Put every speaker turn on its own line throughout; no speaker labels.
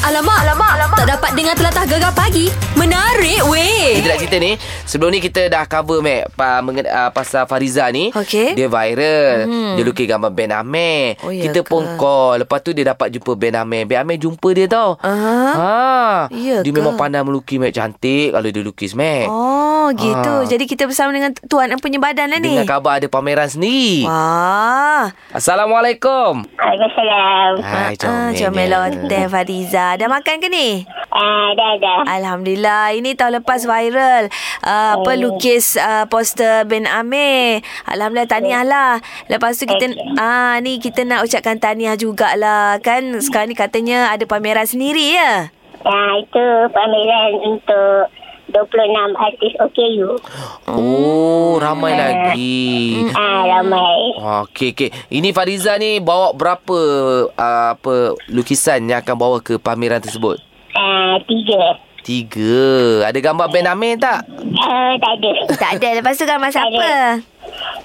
Alamak, alamak, alamak. Tak dapat dengar telatah gegar pagi. Menarik, weh.
Kita nak cerita ni Sebelum ni kita dah cover Mac pa, mengen, uh, Pasal Fariza ni
Okey.
Dia viral hmm. Dia lukis gambar Ben Amir
Oh, ya
Kita
ke?
pun call Lepas tu dia dapat jumpa Ben Amir Ben Amir jumpa dia tau
Aha.
ha.
Ya
Dia
ke?
memang pandai melukis Mac Cantik Kalau dia lukis Mac
Oh, gitu.
Ah.
Jadi kita bersama dengan Tuan punya badan lah ni.
Dengar khabar ada pameran sendiri
Wah.
Assalamualaikum
Waalaikumsalam.
Hai
Ah,
comel
Comel
dia.
Hotel Fariza. Dah makan ke ni?
Ah, dah dah.
Alhamdulillah. Ini tahun lepas viral. Uh, apa lukis uh, poster Ben Amir. Alhamdulillah tahniah lah. Lepas tu kita ah ni kita nak ucapkan tahniah jugalah. Kan sekarang ni katanya ada pameran sendiri ya.
Nah, Ah, itu pameran untuk 26 artis OKU.
Oh
Hmm.
ramai lagi
Ah, ramai.
Oh, okey okey. Ini Fariza ni bawa berapa uh, apa lukisan yang akan bawa ke pameran tersebut?
Ah, tiga.
Tiga. Ada gambar Ben Amir tak?
Ah, tak ada.
Tak ada. Lepas tu kan gambar siapa?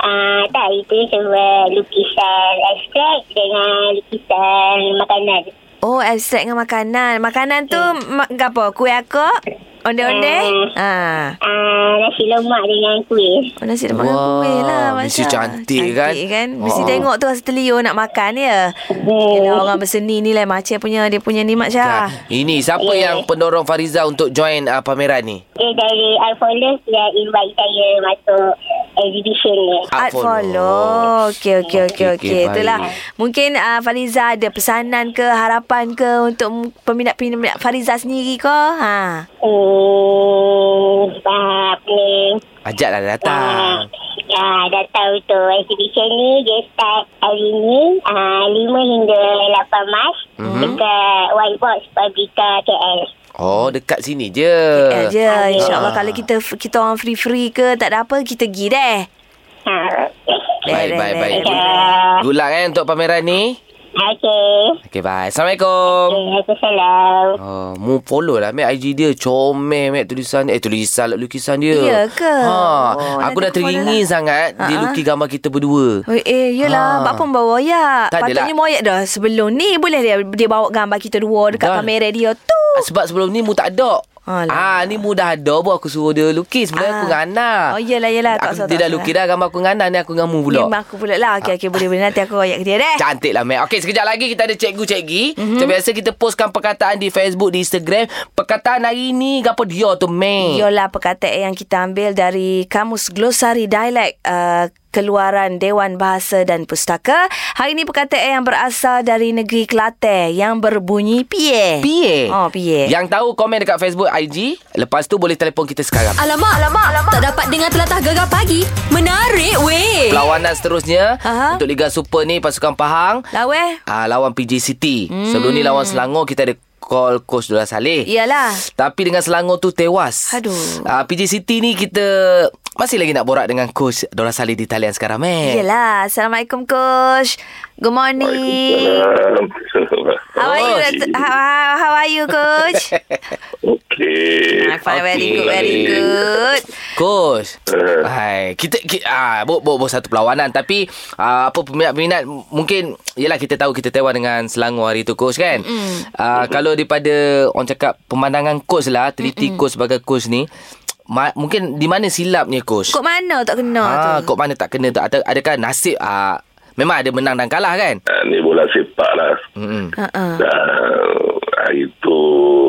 Ah, tak, itu cuma lukisan abstrak dengan lukisan makanan.
Oh, abstrak dengan makanan. Makanan tu ma- apa? Kuih akok? Onde-onde? Ah.
Ah, nasi lemak dengan kuih.
Oh, nasi lemak dengan
Wah,
kuih lah
mesti
Masya.
cantik kan?
Cantik kan Mesti
Oh.
tengok tu rasa terliur nak makan ya
Hmm.
Kalau orang berseni ni lah Macam punya Dia punya ni Mak Syah
Ini siapa
Ya.
yang pendorong Fariza untuk join uh, pameran ni?
Dia dari Arfolus yang invite saya masuk exhibition ni.
Art follow Okey, okey, okey,
Okey,
okey
okey,
Itulah
baik.
Mungkin uh, Fariza ada pesanan ke Harapan ke Untuk m- peminat-peminat Fariza sendiri ke ha.
Hmm, apa ni?
Ajaklah
Ah,
dia lah datang.
ah, datang untuk exhibition ni dia start hari ni ah, 5 hingga 8 Mac mm-hmm. dekat White Box Pabrika KL.
Oh, dekat sini je.
Uh, je InsyaAllah
Eh. Ah.
Kalau kita kita orang free-free ke Tak ada apa Kita pergi deh
Ha.
Baik, baik,
Leh, leh,
baik.
leh, leh.
Ah,
Good luck kan untuk pameran ni.
Okey.
Okey, bye. Assalamualaikum.
Waalaikumsalam.
Oh, mu follow lah Mac IG dia Comel Mac tulisan Eh tulisan lah, Lukisan dia
Ya ke?
ha,
Oh,
oh, Aku dah
nanti aku follow
teringin
lah.
sangat Dia
Ha-ha.
lukis gambar kita berdua
Eh, eh
Ah.
yelah. Ha. Bapa bawa royak.
Tak adalah.
Patutnya moyak dah sebelum ni. Boleh dia, dia bawa gambar kita dua dekat
Dah.
kamera dia tu.
Ah, Sebab sebelum ni mu tak ada. Ah
Alah.
ni mu dah ada pun aku suruh dia lukis sebenarnya
Ah.
aku dengan Ana.
Oh, yelah, yelah. Tak
Aku,
usah,
dia
tak
dah
usah.
lukis dah gambar aku dengan Ana ni aku dengan mu pula.
Memang Eh. aku pula lah. Okey, okey. Boleh, boleh. Nanti aku royak ke dia deh.
Cantik lah Mac Okey sekejap lagi kita ada cikgu-cikgi
Mhm.
mm-hmm. Macam biasa kita postkan perkataan di Facebook Di Instagram Perkataan hari ni Gapa dia tu Mac
Yolah perkataan yang kita ambil dari Kamus Glosari Dialek uh, keluaran Dewan Bahasa dan Pustaka. Hari ini perkataan yang berasal dari negeri Kelantan yang berbunyi pie.
Pie
Oh, pie.
Yang tahu komen dekat Facebook IG Lepas tu boleh telefon kita sekarang
Alamak, alamak, alamak. Tak dapat dengar telatah gegar pagi. Menarik weh.
Perlawanan seterusnya
Aha.
Untuk Liga Super ni Pasukan Pahang
Laweh.
Ah lawan PJ City. Hmm. Sebelum ni lawan Selangor kita ada call coach Dora Saleh.
Iyalah.
Tapi dengan Selangor tu tewas.
Aduh.
Ah PJ City ni kita masih lagi nak borak dengan coach Dora Saleh di talian sekarang eh.
Yelah. Assalamualaikum, Coach. Good morning.
Waalaikumsalam.
How are you? Dr. How, how, how are you, Coach?
Okey.
Ah, fine, Very
Okay.
good, very good.
Coach. Hai, kita, kita ah bo, bo, bo satu perlawanan tapi ah, apa peminat-peminat mungkin yalah kita tahu kita tewas dengan Selangor hari tu coach kan. Mm. Ah kalau daripada orang cakap pemandangan coach lah, teliti coach sebagai coach ni ma- mungkin di mana silapnya coach?
Kok mana tak kena tu?
Ah, kok mana tak kena tu? Atau adakah nasib ah memang ada menang dan kalah kan?
Ah, ni bola sepak lah.
Hmm.
Uh-uh.
Dan hari tu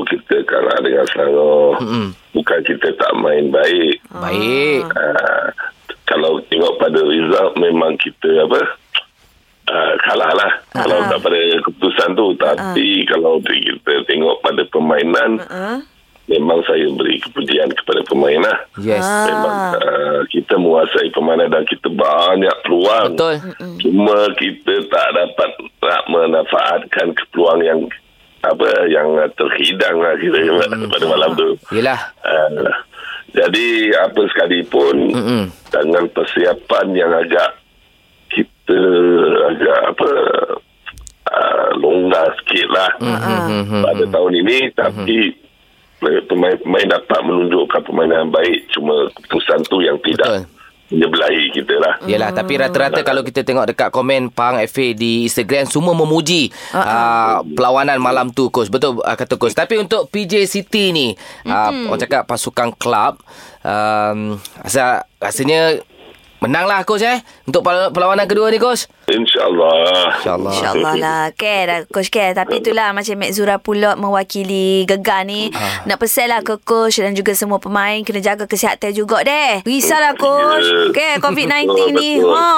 kita kalah dengan Selangor.
Mm-mm.
Bukan kita tak main baik.
Baik.
Ah, kalau tengok pada result memang kita apa ah, kalah lah. Kalau
Ah.
tak pada keputusan tu. Tapi kalau kita tengok pada permainan
Ah.
Uh-uh.
memang saya beri kepujian kepada pemain lah.
Yes.
Ah.
Memang uh, kita menguasai permainan dan kita banyak peluang.
Betul.
Cuma kita tak dapat nak memanfaatkan peluang yang apa yang uh, terhidang lah kira mm. pada malam tu.
Yelah.
Uh, jadi apa sekalipun
Mm-mm.
dengan persiapan yang agak kita agak apa uh, longgar sikit lah
Mm-hmm.
pada tahun ini tapi eh, pemain-pemain dapat menunjukkan permainan baik cuma keputusan tu yang tidak
Betul. Ya.
dia belahi kita lah.
Yelah tapi rata-rata kalau kita tengok dekat komen Pang FA di Instagram semua memuji uh, perlawanan malam tu coach. Betul uh, kata coach. Tapi untuk PJ City ni uh, orang cakap pasukan klub um, rasa rasanya menanglah coach eh untuk perla- perlawanan kedua ni coach.
InsyaAllah.
InsyaAllah.
InsyaAllah lah Care lah Coach Care Tapi itulah Macam Mek Zura pula Mewakili Gegar ni Nak pesan lah ke Coach Dan juga semua pemain Kena jaga kesihatan juga deh Risaulah Coach Care COVID-19 ni
Betul, betul.
ha.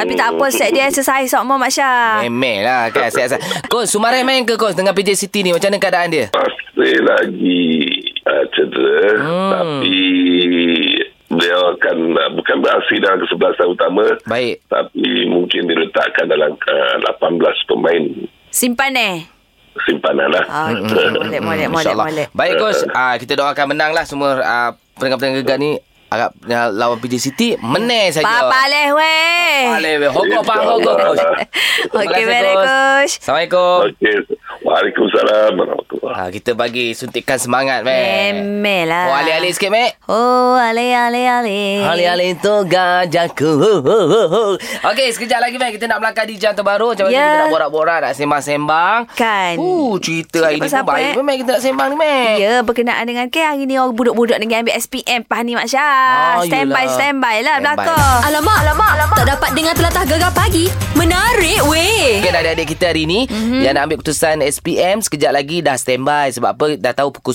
Tapi tak apa Set dia exercise Sok Mak Syah
Memel lah kan sihat-sihat. Coach Sumarai main ke coach dengan PJ City ni macam mana keadaan dia?
Masih lagi uh, cedera hmm. tapi dia akan uh, bukan beraksi dalam kesebelasan utama
Baik.
tapi mungkin diletakkan dalam uh, 18 pemain
Simpan eh
simpanan lah.
Ah, okey.
Hmm.
Molek, molek, molek,
InsyaAllah.
molek.
Baik coach, uh, kita doakan menang lah semua uh, pendengar-pendengar gegar ni agak uh, lawan PJ City menang saja.
Papa leh weh.
Aleh, hokok pang hokok coach. Terima
Okey,
kasih,
baik coach.
Assalamualaikum.
Okey. Waalaikumsalam warahmatullahi
Ah, kita bagi suntikan semangat, Mek.
Memel lah.
Oh, alih-alih sikit, Mek.
Oh, alih, alih, alih.
Alih-alih tu gajahku. Okey, sekejap lagi, Mek. Kita nak melangkah di jam terbaru. Macam mana
Ya.
kita nak borak-borak, nak sembang-sembang.
Kan.
Uh, cerita hari ni pun
pasal apa,
baik
eh?
pun, Mek. Kita nak sembang ni, Mek.
Ya, berkenaan dengan ke hari ni orang budak-budak dengan ambil SPM Pah ni Mak
Ah,
Syah. stand by,
yelah.
stand by lah
Stand
belakang.
Alamak, alamak, alamak. Tak dapat dengar telatah gegar pagi. Menarik weh.
Mungkin adik-adik kita hari ni
Mhm.
mm-hmm. Yang nak ambil keputusan SPM Sekejap lagi dah standby Sebab apa dah tahu pukul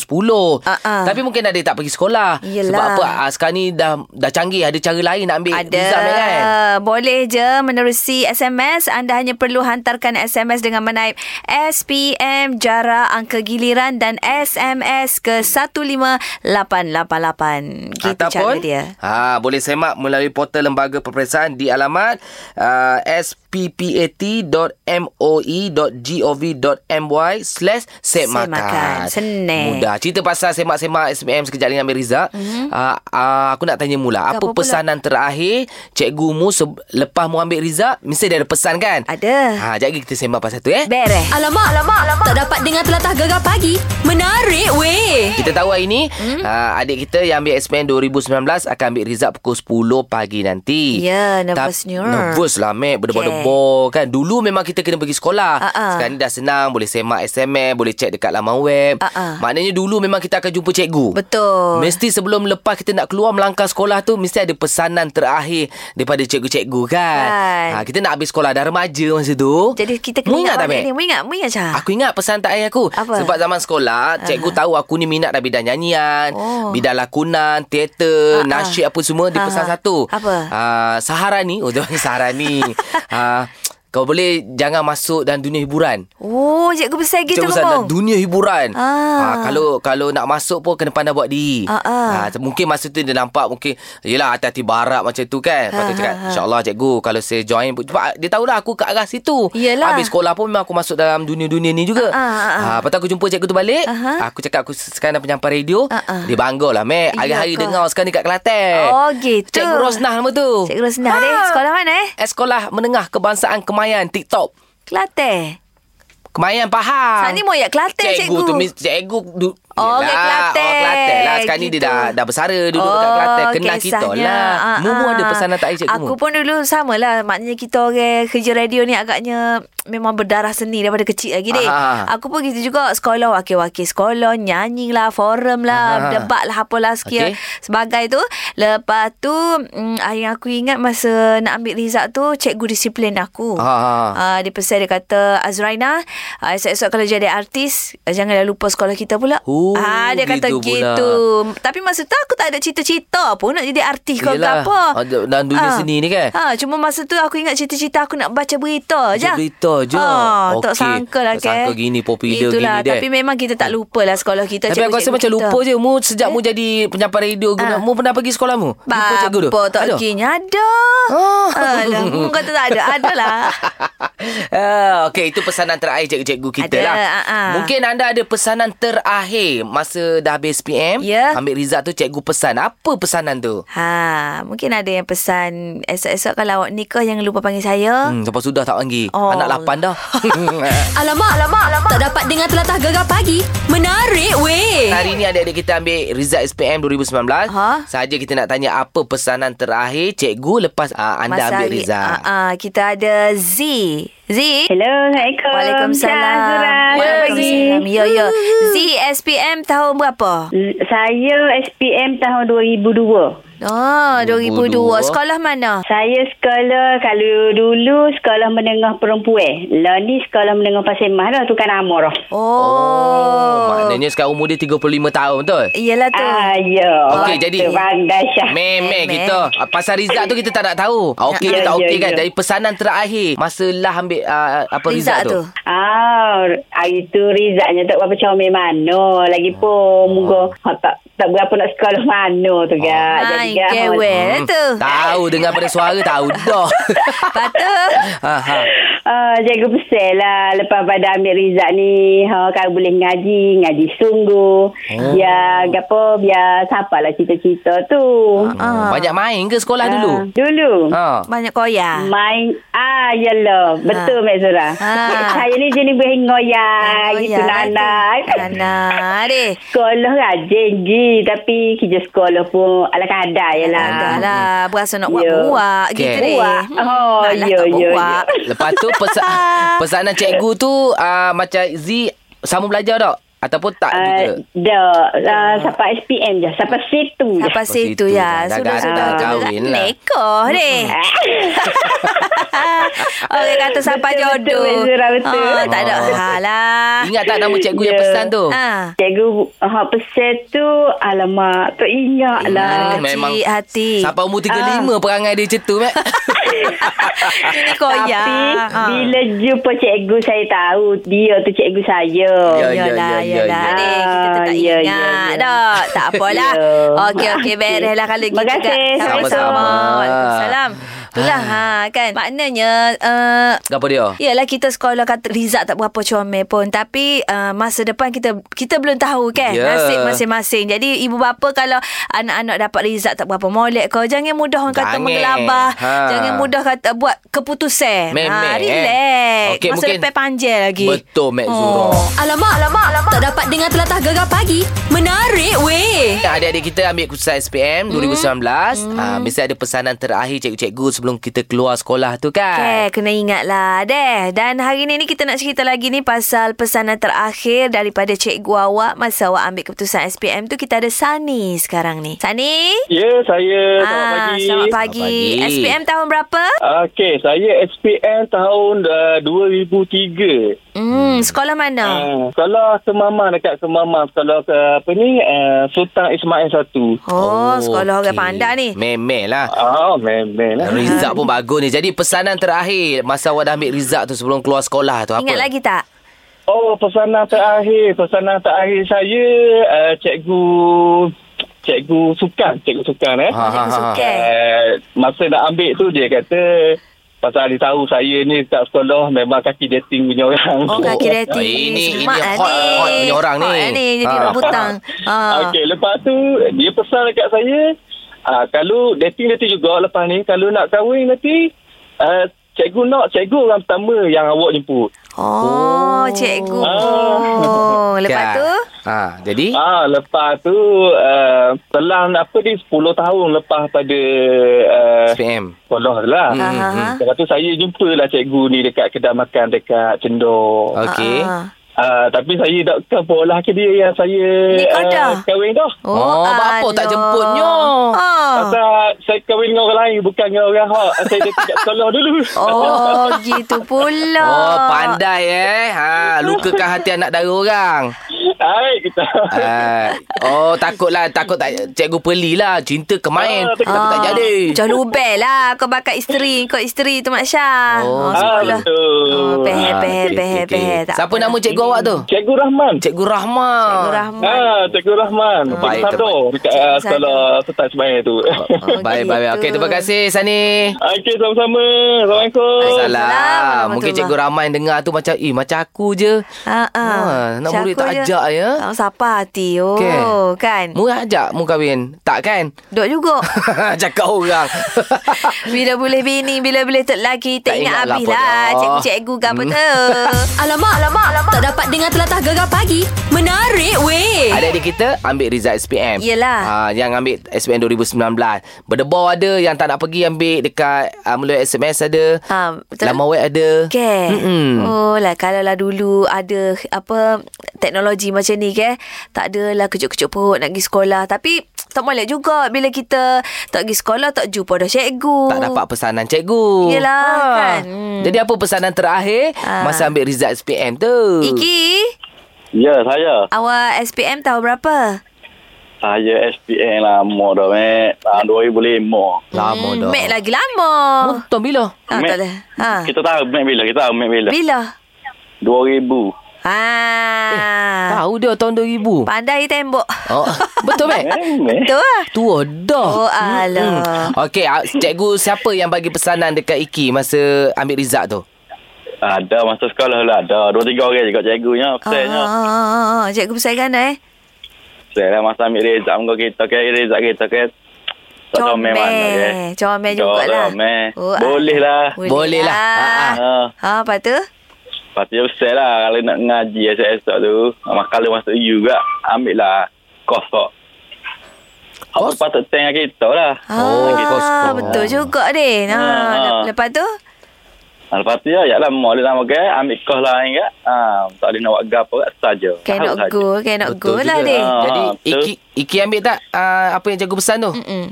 10
Ah, ah.
Tapi mungkin adik tak pergi sekolah
Yelah.
Sebab apa ah, sekarang ni dah dah canggih Ada cara lain nak ambil
Ada.
exam ni kan
Boleh je menerusi SMS. Anda hanya perlu hantarkan SMS dengan menaip SPM jarak angka giliran dan SMS ke 15888. Gitu cara dia.
ha, boleh semak melalui portal Lembaga Peperiksaan di alamat uh, e sppat.moe.gov.my slash
Semak Makan.
semakan.
Senang.
Mudah. Cerita pasal semak-semak SPM sekejap lagi dengan Riza. Mm-hmm. Uh, uh, aku nak tanya mula. Apa,
Mhm. Apa pula?
pesanan terakhir cikgu mu se- lepas mu ambil Riza? Mesti dia ada pesan kan?
Ada.
Ha, jadi kita sembah pasal tu eh.
Bereh.
Alamak, alamak, alamak. Tak dapat dengar telatah gegar pagi. Menarik weh.
Kita tahu hari ni hmm? uh, adik kita yang ambil SPM 2019 akan ambil result pukul 10 pagi nanti.
Ya, nervousnya.
Tak- Nervous lah, Mek. Berdebar-debar kan. Dulu memang kita kena pergi sekolah.
Ah, ah.
Sekarang ni dah senang. Boleh semak SMS, boleh cek dekat laman web.
Ah, ah.
Maknanya dulu memang kita akan jumpa cikgu.
Betul.
Mesti sebelum lepas kita nak keluar melangkah sekolah tu, mesti ada pesanan terakhir daripada cikgu-cikgu kan.
Kan.
Ha, kita nak habis sekolah dah remaja masa tu.
Jadi kita
Mu
kena ingat
tak,
balik
Mek?
ni. Mu ingat, mu ingat Syah.
Aku ingat pesan tak ayah aku
Apa?
Sebab zaman sekolah Cikgu tahu aku ni minat dah bidang nyanyian
Oh.
Bidang lakonan Teater
Ah, ah.
Nasyid apa semua Dia
Ah,
pesan
ah.
satu
Apa?
Ah, Saharani Oh dia panggil Saharani Ah, Kau boleh jangan masuk dalam dunia hiburan
Oh, cikgu besar gitu
Cikgu pesan dalam
kamu.
dunia hiburan
Ah.
Ah, Kalau kalau nak masuk pun Kena pandai buat diri
Ah, ah.
Ah, Mungkin masa tu dia nampak Mungkin Yelah hati-hati barat macam tu kan Lepas tu
Ah,
cakap
ah, ah.
InsyaAllah cikgu Kalau saya join pun- Sebab dia tahulah aku ke arah situ
Yelah.
Habis sekolah pun Memang aku masuk dalam dunia-dunia ni juga
Ah, ah, ah.
Ah, Lepas tu aku jumpa cikgu tu balik
Aha.
Aku cakap aku sekarang dah penyampai radio
Ah, ah.
Dia bangga lah Mac
Iya
Hari-hari
ke?
dengar sekarang dekat Kelantan
Oh, gitu.
Cikgu Rosnah nama tu
Cikgu Rosnah ni sekolah mana eh?
Eh, Sekolah Menengah Kebangsaan Kemayan TikTok
Kelantan.
Kemayan Pahang.
Saat ni moyak Kelantan, cikgu.
tu mis- cikgu du,
Oh,
Yelah,
orang Kelantan.
Orang Kelantan lah. Sekarang ni dia
Gitu.
dah, dah bersara duduk oh, dekat Kelantan. Kenal kita
kisahnya.
lah.
Ah,
Mumu
ah.
ada pesanan tak cikgu
Aku pun dulu sama lah. Maknanya kita orang kerja radio ni agaknya memang berdarah seni daripada kecil lagi dek.
Ah.
Aku pun gitu juga sekolah wakil-wakil sekolah, nyanyi lah,
Ah.
forum lah, debat lah apalah
Okey.
sekian sebagai tu. Lepas tu mm, ah, yang aku ingat masa nak ambil result tu cikgu disiplin aku.
Ah.
Ah, dia pesan dia kata Azraina, ah, esok-esok kalau jadi artis ah, janganlah lupa sekolah kita pula.
Oh,
ah dia kata
gitu pula.
gitu. Tapi masa tu aku tak ada cita-cita pun nak jadi artis kau
Yelah,
apa.
ada dalam dunia seni ni kan?
Ha, cuma masa tu aku ingat cita-cita aku nak baca berita je.
Baca berita je.
Ha, tak
Okey.
sangka lah
Tak sangka gini popular
Itulah,
gini, Dek.
tapi memang kita tak lupa lah sekolah kita.
Tapi aku rasa
cikgu-cikgu
macam
kita.
lupa je. Mu sejak mu jadi penyampai radio. Guna,
Eh? Ah.
Mu pernah pergi sekolah mu? Lupa cikgu tu.
Bapa tak
Ada?
kinya ada.
Oh.
Alah, hmm, kata tak ada. lah. Adalah.
Ah, Okey, itu pesanan terakhir cikgu-cikgu kita
Ada,
lah.
ah, ah.
Mungkin anda ada pesanan terakhir masa dah habis PM.
Ya.
Ambil result tu cikgu pesan. Apa pesanan tu?
Ha, mungkin ada yang pesan esok-esok kalau awak kan nikah jangan lupa panggil saya.
Hmm, sampai sudah tak panggil.
Oh,
Anak panda.
Alamak, alamak, alamak. Tak dapat dengar telatah gegar pagi. Menarik weh.
Hari ni adik-adik kita ambil result SPM 2019.
Eh. Ha?
Saja kita nak tanya apa pesanan terakhir cikgu lepas uh, anda ambil
hari-
result.
Ah, ah, kita ada Z. Z.
Hello, Assalamualaikum.
Waalaikumsalam. Waalaikumsalam. Ya, ya. Z SPM tahun berapa?
Saya SPM tahun 2002.
Oh, 2002.
2002.
Sekolah mana?
Saya sekolah, kalau dulu sekolah menengah perempuan. Lah ni sekolah menengah Pasir Mah lah, tukar nama lah.
Oh. Eh,
Maknanya sekarang umur dia 35 tahun betul?
Iyalah tu.
Ah, ya.
Okey, jadi-
Bangga Syah.
Memeh
Memeh.
kita Ah, Pasal result tu kita tak nak tahu ah, Okey
Ya,
ke tak
ya,
okey
ya.
kan Dari pesanan terakhir Masa lah ambil ah, apa result, tu,
Ah, hari tu Rizaknya tak berapa comel mana. Lagipun, moga ah, tak, tak berapa nak sekolah mana tu, Kak.
Oh. Hai,
Kak,
kewel Ya tu.
Hmm. Tahu dengar pada suara tahu dah
Patut.
ha, ha.
Uh, jaga besar lah lepas pada ambil result ni ha, kalau boleh ngaji ngaji sungguh oh. ya gapo biar siapa lah cita-cita tu
Hmm, Banyak main ke sekolah dulu?
Ah, dulu
Ya.
Ha.
Banyak koyak.
main ah yalah betul Mek Zura
Ah.
saya ni jenis berhengoyang gitu nana
Nana. Deh.
sekolah rajin je tapi kerja sekolah pun ala kadar yalah
Dah lah. Berasa nak
Ya.
buat-buat gitu
Okey.
deh.
Buat. Oh,
Malah
ya,
tak
ya,
buat.
ya.
Lepas tu pesa pesanan cikgu tu ah, Macam Z sama belajar tak? Ataupun tak juga?
Uh, dah uh, siapa SPM je siapa situ je
Apa
Lepas
situ
itu
ya?
dah- dah-
Sudah-sudah
dah
tu dah
kahwin lah.
Nekoh
Hmm.
deh.
Ah.
Orang kata sampai
Betul, betul,
jodoh.
Mek Zura, betul. Oh.
Ah, tak ada hal lah.
Ingat tak nama cikgu yang
Ya.
pesan tu?
Ah.
Cikgu hak pesan tu Alamak Tak ingat
Ah,
lah
Ingat. Cik hati.
Sampai umur 35 perangai dia macam tu Mat.
Ini
Tapi
koyak. Ah.
Bila jumpa cikgu Saya tahu Dia tu cikgu saya
Ya, ya,
Yalah,
ya,
yalah.
ya.
Adik, kita tak
Ah, ya,
ingat
ya, ya.
dah. Tak apalah.
Ya.
Okey, okey. Berehlah kalau gitu.
Terima kasih.
Kak.
Sama-sama.
Waalaikumsalam. Itulah, ha, kan. Maknanya, uh,
Apa dia?
Yalah kita sekolah kata Rizal tak berapa comel pun Tapi uh, masa depan kita kita belum tahu kan
Ya.
Nasib masing-masing Jadi ibu bapa kalau anak-anak dapat Rizal tak berapa molek kau Jangan mudah orang kata
Jangan.
menggelabah
Ha.
Jangan mudah kata buat keputusan Ha,
Memang, eh.
Relax
Okey,
Masa
mungkin-
depan panjang lagi
Betul Mat Zura
Oh.
Alamak, alamak, alamak. Tak dapat dengar telatah gegar pagi. Menarik weh.
Ya, Adik-adik kita ambil kursus SPM 2019 hmm. uh, Mesti ada pesanan terakhir cikgu-cikgu sebelum kita keluar sekolah tu kan
Okay, Eh, kena ingatlah deh. Dan hari ni ni kita nak cerita lagi ni pasal pesanan terakhir daripada cikgu awak masa awak ambil keputusan SPM tu kita ada Sani sekarang ni. Sani? Ah,
Ya, saya. Selamat pagi.
Selamat pagi.
Selamat pagi.
SPM tahun berapa?
Okey, saya SPM tahun uh, 2003.
Hmm, sekolah mana?
Ah.
Uh, sekolah Semama dekat Semama, sekolah uh, apa ni? Uh, Sultan Ismail 1.
Oh, sekolah orang
okey.
pandai ni.
Memel lah
Ah, memang lah.
Result pun bagus ni Jadi pesanan terakhir Masa awak dah ambil result tu Sebelum keluar sekolah tu apa?
Ingat lagi tak?
Oh, pesanan terakhir. Pesanan terakhir saya uh, cikgu cikgu sukan, cikgu sukan eh.
Ha, ha, ha.
Okey.
Uh, masa nak ambil tu dia kata Pasal dia tahu saya ni tak sekolah Memang kaki dating punya orang
Oh, kaki dating.
ini- ini
Semak
hot- hot punya orang ni.
Hot lah ni, jadi
Ah.
rebutang. Ah.
Okey, lepas tu dia pesan dekat saya, ah kalau dating nanti juga lepas ni kalau nak kahwin nanti ah, cikgu nak cikgu orang pertama yang awak jemput.
Oh, cikgu. Oh,
Ah.
Lepas
Kan?
tu?
ha,
Eh.
Jadi
Ah lepas tu ah, selang apa ni 10 tahun lepas pada ah,
SPM
sekolah lah.
Ha, ha, ha.
Lepas tu saya jumpalah cikgu ni dekat kedai makan dekat Cendor.
Okey
Ah.
Ah, tapi saya tak kan bola ke dia yang saya
Ni kau dah?
ah, kahwin dah.
Oh, bapa tak
alah.
jemputnya.
Ah.
Pasal saya kahwin dengan orang lain Bukan dengan orang hak Saya dia tidak sekolah dulu
Oh, gitu pula.
Oh pandai eh ha, Lukakan hati anak dara orang
Hai kita
Ah,
ha. Oh takutlah Takut tak Cikgu pelilah Cinta kemain
Ah,
Tapi tak jadi Ah,
Macam lubel lah Kau bakar isteri Kau isteri tu Mak Syah
Oh, Ah,
sekolah.
Ah, betul.
oh Pehe pehe
Okey,
pehe
okey, okey.
pehe
Siapa nama cikgu awak tu?
Cikgu Rahman.
Cikgu Rahman.
Cikgu Rahman.
Ah, Cikgu Rahman.
Baik,
Cikgu Sador
terbaik.
dekat uh,
ah,
Cikgu
sekolah Setai Semaya tu.
Oh, baik, baik, baik. Okey, terima kasih Sani.
Okey, sama-sama. Assalamualaikum.
Salah. Mungkin
warahmatullahi.
Cikgu Rahman dengar tu macam, eh macam aku je.
Ha ah.
Ah, nak murid tak ajak ya.
Tak sapa hati. Oh,
Okey.
kan.
Mu ajak mu kahwin. Tak kan?
Dok juga.
Cakap orang.
bila boleh bini, bila boleh tok lelaki,
Tak
tak, ingat
ingat lah
habis
apa Hmm.
lah.
dah.
Cikgu-cikgu ke apa tu.
Alamak, alamak, alamak. Tak dapat dengar telatah gegar pagi. Menarik weh.
Adik-adik kita ambil result SPM.
Yelah.
Ah, yang ambil SPM 2019. Berdebar ada yang tak nak pergi ambil dekat uh, melalui SMS ada.
Ah, betul.
Lama web ada.
Ke?
Mm-mm.
Oh lah kalau lah dulu ada apa teknologi macam ni ke tak adalah kecuk-kecuk perut nak pergi sekolah tapi tak molek juga bila kita tak pergi sekolah tak jumpa dah cikgu.
Tak dapat pesanan cikgu.
Yelah,
Ah.
kan? Hmm.
Jadi apa pesanan terakhir
Ah.
masa ambil result SPM tu?
Iki,
Ya, saya.
awak SPM tahun berapa?
Saya SPM lama dah, Mek. Ah, 2005.
Lama dah.
Hmm, Mek lagi lama.
Oh, tahun bila?
Ah, tak boleh. Ha.
Kita tahu Mek bila. Kita tahu Mek bila.
Bila?
2000.
Ha.
Eh,
Ah.
Tahu dia tahun 2000.
Pandai tembok.
Oh, betul Mek?
Mek.
Tu lah.
Tua dah.
Oh, alah.
Okey, ah, cikgu siapa yang bagi pesanan dekat Iki masa ambil result tu?
Ada masa sekolah lah ada. Dua tiga orang juga cikgunya. Pesannya.
Ah, ah, ah, ah. Cikgu besar kan eh?
Pesan lah masa ambil result muka kita ke result kita ke. Tak tahu Mek mana eh. lah, ke.
Comel. Comel jugalah.
Jorok, Mek.
ah.
Boleh lah.
Boleh lah. Ah,
Ha,
ah.
lepas tu?
Pasti besar lah kalau nak ngaji esok esok tu. Mak- Kalau masuk U juga ambil lah kos kok.
Kos?
Apa patut tengah kita lah.
Oh,
Ah,
kos- kos.
betul juga deh. Ha,
Ah, ah.
lepas tu?
Ha, lepas tu ya, ya lah, mak dia lama ke, ambil kos lain ke, ha, tak boleh nak buat gap apa, saja.
Cannot
Saja.
go, cannot go
Betul
lah
juga.
deh.
Ah.
Jadi
betul.
Iki Iki ambil tak ah, apa yang cikgu pesan tu?
Mm-mm.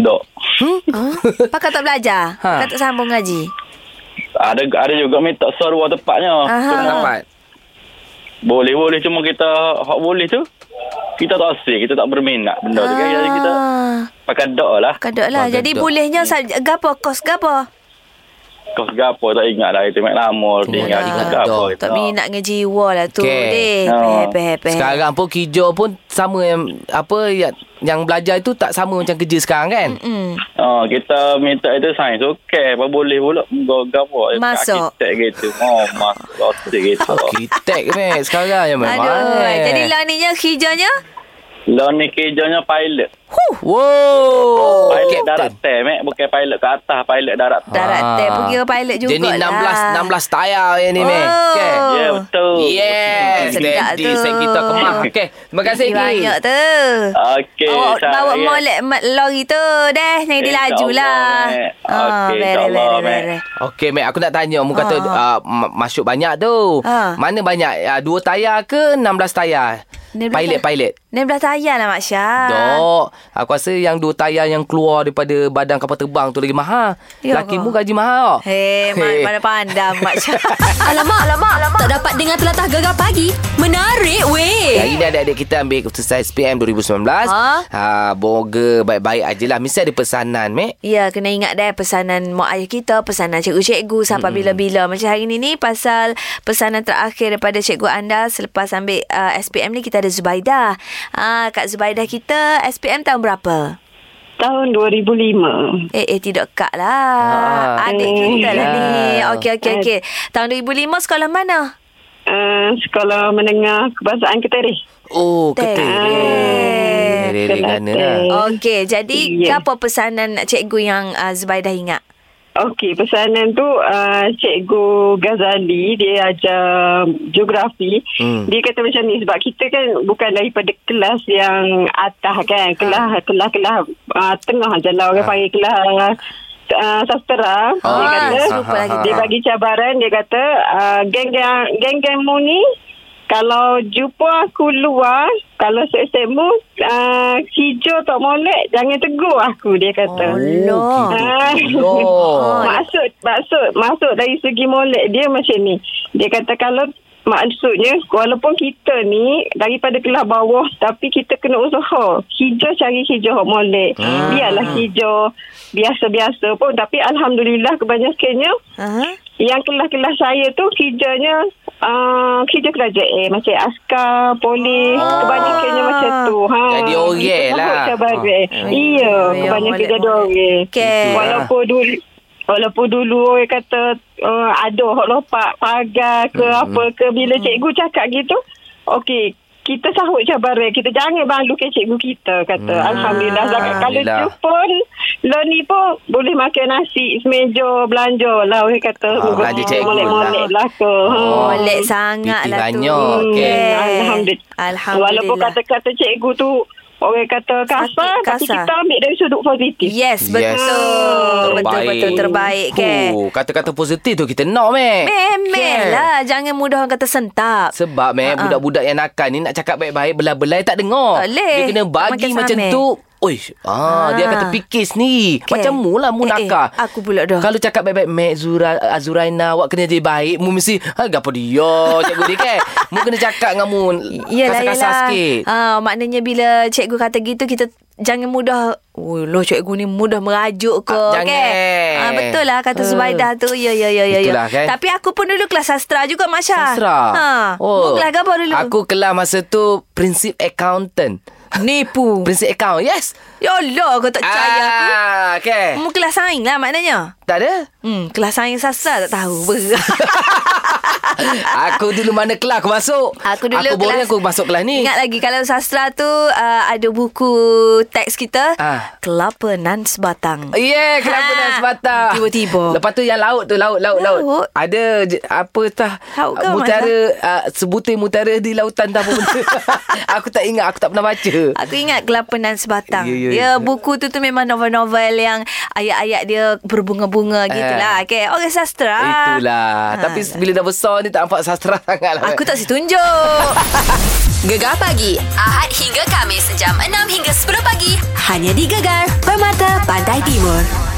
Dok.
Huh? Pakar tak belajar?
Ha.
Pakar tak sambung ngaji?
Ada ada juga minta seruah tepatnya.
Aha.
Tak
Cuma,
dapat.
boleh-boleh, cuma kita, hak boleh tu, kita tak asyik, kita tak berminat benda tu. kan. Jadi kita
Ah,
pakai dok lah.
Kadok lah.
Pakai
Jadi
dok.
bolehnya sab- gapo, kos gapo?
Kos gapo tak ingat dah, itu mek lama,
Oh,
tinggal
tak
kos
ingat
gapo.
dok.
kita.
Tak minat dengan jiwa lah tu
Okey.
deh.
Ah.
Peh, peh, peh.
Sekarang pun Kijo pun sama yang apa yang, yang belajar itu tak sama macam kerja sekarang kan?
Hmm.
Oh, kita minta itu sains okey. Apa boleh pula gapo
Masuk.
arkitek gitu. Oh, masuk arkitek gitu.
Ah, Arkitek meh sekarang yang memang. eh.
Aduh, jadi lah ninya hijaunya.
Lah ni kerjanya pilot.
Wow.
Pilot darat
Oh, Captain.
teh, mek. Bukan pilot ke atas, pilot darat teh.
Darat
Ah.
teh pergi ke pilot juga
Jadi 16 16 tayar yang ni meh.
Oh.
Okey.
Ya, yeah, betul.
Ah. Yes,
Sedap
Daddy
tu.
Saya kita kemah Okey, terima kasih Ah. Ki
Banyak tu.
Okey.
Bawa,
saya-
bawa molek mat- lori tu deh. Jangan
Insya
dilaju lah.
Allah, Mek. Okey,
bere,
insya Allah,
bere, bere.
Okey, Mek, aku nak tanya. Mu kata
Ah.
uh, ma- masuk banyak tu.
Ah.
Mana banyak? Uh, dua tayar ke 16 tayar?
16
Pilot,
tayar.
pilot.
Ni belah tayar lah Mak Syah.
Dok, aku rasa yang dua tayar yang keluar daripada badan kapal terbang tu lagi mahal.
Ya
Laki
ke?
mu gaji mahal. tak?
Hei,
Hei.
hey. mana pandang Mak Syah.
Alamak, alamak, alamak. Tak dapat dengar telatah gegar pagi. Menarik
Hari
weh.
ni adik-adik kita ambil keputusan SPM 2019.
Ha?
Ha, boga baik-baik ajalah. Mesti ada pesanan, Mek.
Ya, kena ingat dah pesanan mak ayah kita, pesanan cikgu-cikgu
Hmm.
sampai bila-bila. Macam hari ni ni pasal pesanan terakhir daripada cikgu anda selepas ambil uh, SPM ni kita ada Zubaidah. Ah, Kak Zubaidah kita SPM tahun berapa?
Tahun 2005.
Eh, eh tidak kak lah.
Ah.
Adik kita lah
Hmm.
ni.
Ah.
Okey, okey, okey. Tahun 2005 sekolah mana?
eh,
Uh, sekolah menengah kebahasaan Ketereh.
Oh,
Ketereh.
ketereh. Ketereh gana lah.
Ketereh. Hmm.
Okey, jadi
Ya.
apa pesanan cikgu yang uh, Zubaidah ingat?
Okey, pesanan tu uh, Cikgu Ghazali, dia ajar geografi.
Hmm.
Dia kata macam ni sebab kita kan bukan daripada kelas yang atas kan. Kelas kelas kelas uh, tengah je lah orang
Ah.
panggil kelas uh, sastera.
Ah,
dia kata
yes. Ah,
lupa lagi.
dia bagi cabaran dia kata uh, geng-geng geng-geng mu ni kalau jumpa aku luar kalau sesemu uh, hijau tak molek jangan tegur aku dia kata
Allah.
Ah.
Oh.
maksud maksud maksud dari segi molek dia macam ni dia kata kalau Maksudnya walaupun kita ni daripada kelas bawah tapi kita kena usaha. Hijau cari hijau hak molek. Biarlah hijau biasa-biasa pun tapi alhamdulillah kebanyakannya
Aha.
yang kelas-kelas saya tu kerjanya uh, kerja kerajaan macam askar, polis,
Ah.
kebanyakannya macam tu. Ha.
Jadi orang
Kita
lah.
sahut cabaran.
Ah.
eh. Iya,
Ya,
kebanyakan
molek-molek.
jadi orang. eh.
Okey.
Walaupun dulu Walaupun dulu orang kata uh, ada hak lopak pagar ke hmm. apa ke bila cikgu cakap gitu okey kita sahut cabaran kita jangan malu ke cikgu kita kata hmm. alhamdulillah zakat kalau
Alhamdulillah.
tu pun lo ni pun boleh makan nasi semeja belanja lah orang kata
Ah, belanja cikgu lah.
molek-molek lah ke
Oh,
Ha.
Molek sangat
Piti
lah tu.
banyak. Okey.
Okey.
Alhamdulillah.
Alhamdulillah.
Walaupun kata-kata cikgu tu orang kata kasar,
Sakit
tapi
kasar. Ya,
kita ambil dari sudut positif.
Yes,
Yes.
betul. Oh, Betul, betul, betul. Terbaik, kan?
Huh, kata-kata positif tu kita nak, meh.
Memel
Kan?
lah. Jangan mudah orang kata sentap.
Sebab meh,
Ha-ha.
budak-budak yang nakal ni nak cakap baik-baik, belai-belai tak dengar.
Tak boleh.
Dia kena
Tak
bagi
makan
macam
sama.
tu. Oi, ah, dia kata fikir sendiri.
Kan?
Macam mu lah, mu
Eh, eh,
nakal.
aku pula dah.
Kalau cakap baik-baik, Mek Zura, Azuraina, awak kena jadi baik. Mu mesti, ha, gapo dia, cikgu dia kan. Mu kena cakap dengan mu,
Yelah,
kasar-kasar
yelah.
sikit.
Ah, maknanya bila cikgu kata gitu, kita jangan mudah Oh, loh cikgu ni mudah merajuk ke
Ah, jangan. Eh.
kan? Ah, betul lah kata Subaidah tu. Ya ya ya ya ya.
Itulah, kan?
Tapi aku pun dulu kelas sastra juga Masya.
Sastra.
Ha. Oh. kelas apa dulu?
Aku kelas masa tu prinsip accountant.
nipu.
Prinsip account, yes.
Ya Allah kau tak percaya aku.
ah, Okay.
Mu kelas saing lah maknanya.
Tak ada.
Hmm, kelas saing sastra tak tahu. Berat.
aku dulu mana kelas aku masuk.
Aku dulu
aku boleh aku masuk kelas ni.
Ingat lagi kalau sastra tu uh, ada buku teks kita
Ah.
Kelapa nan sebatang.
Yeah, kenapa
Ha,
ha, sebatar?
tiba-tiba.
Lepas tu yang laut tu, laut, laut, laut.
Laut.
Ada je, apa tah?
Laut ke,
mutara, uh, sebutir mutara di lautan tah apa benda. aku tak ingat, aku tak pernah baca.
Aku ingat Kelapa nan sebatang.
Ya, ya,
Ya,
ya.
buku tu tu memang novel-novel yang ayat-ayat dia berbunga-bunga gitulah. Okay, orang sastra.
Eh. Itulah.
Ha,
Tapi bila dah besar ni tak nampak sastra sangat lah.
Aku tak setunjuk.
Gegar pagi Ahad hingga Kamis jam 6 hingga 10 pagi hanya di Gegar Permata Pantai Timur.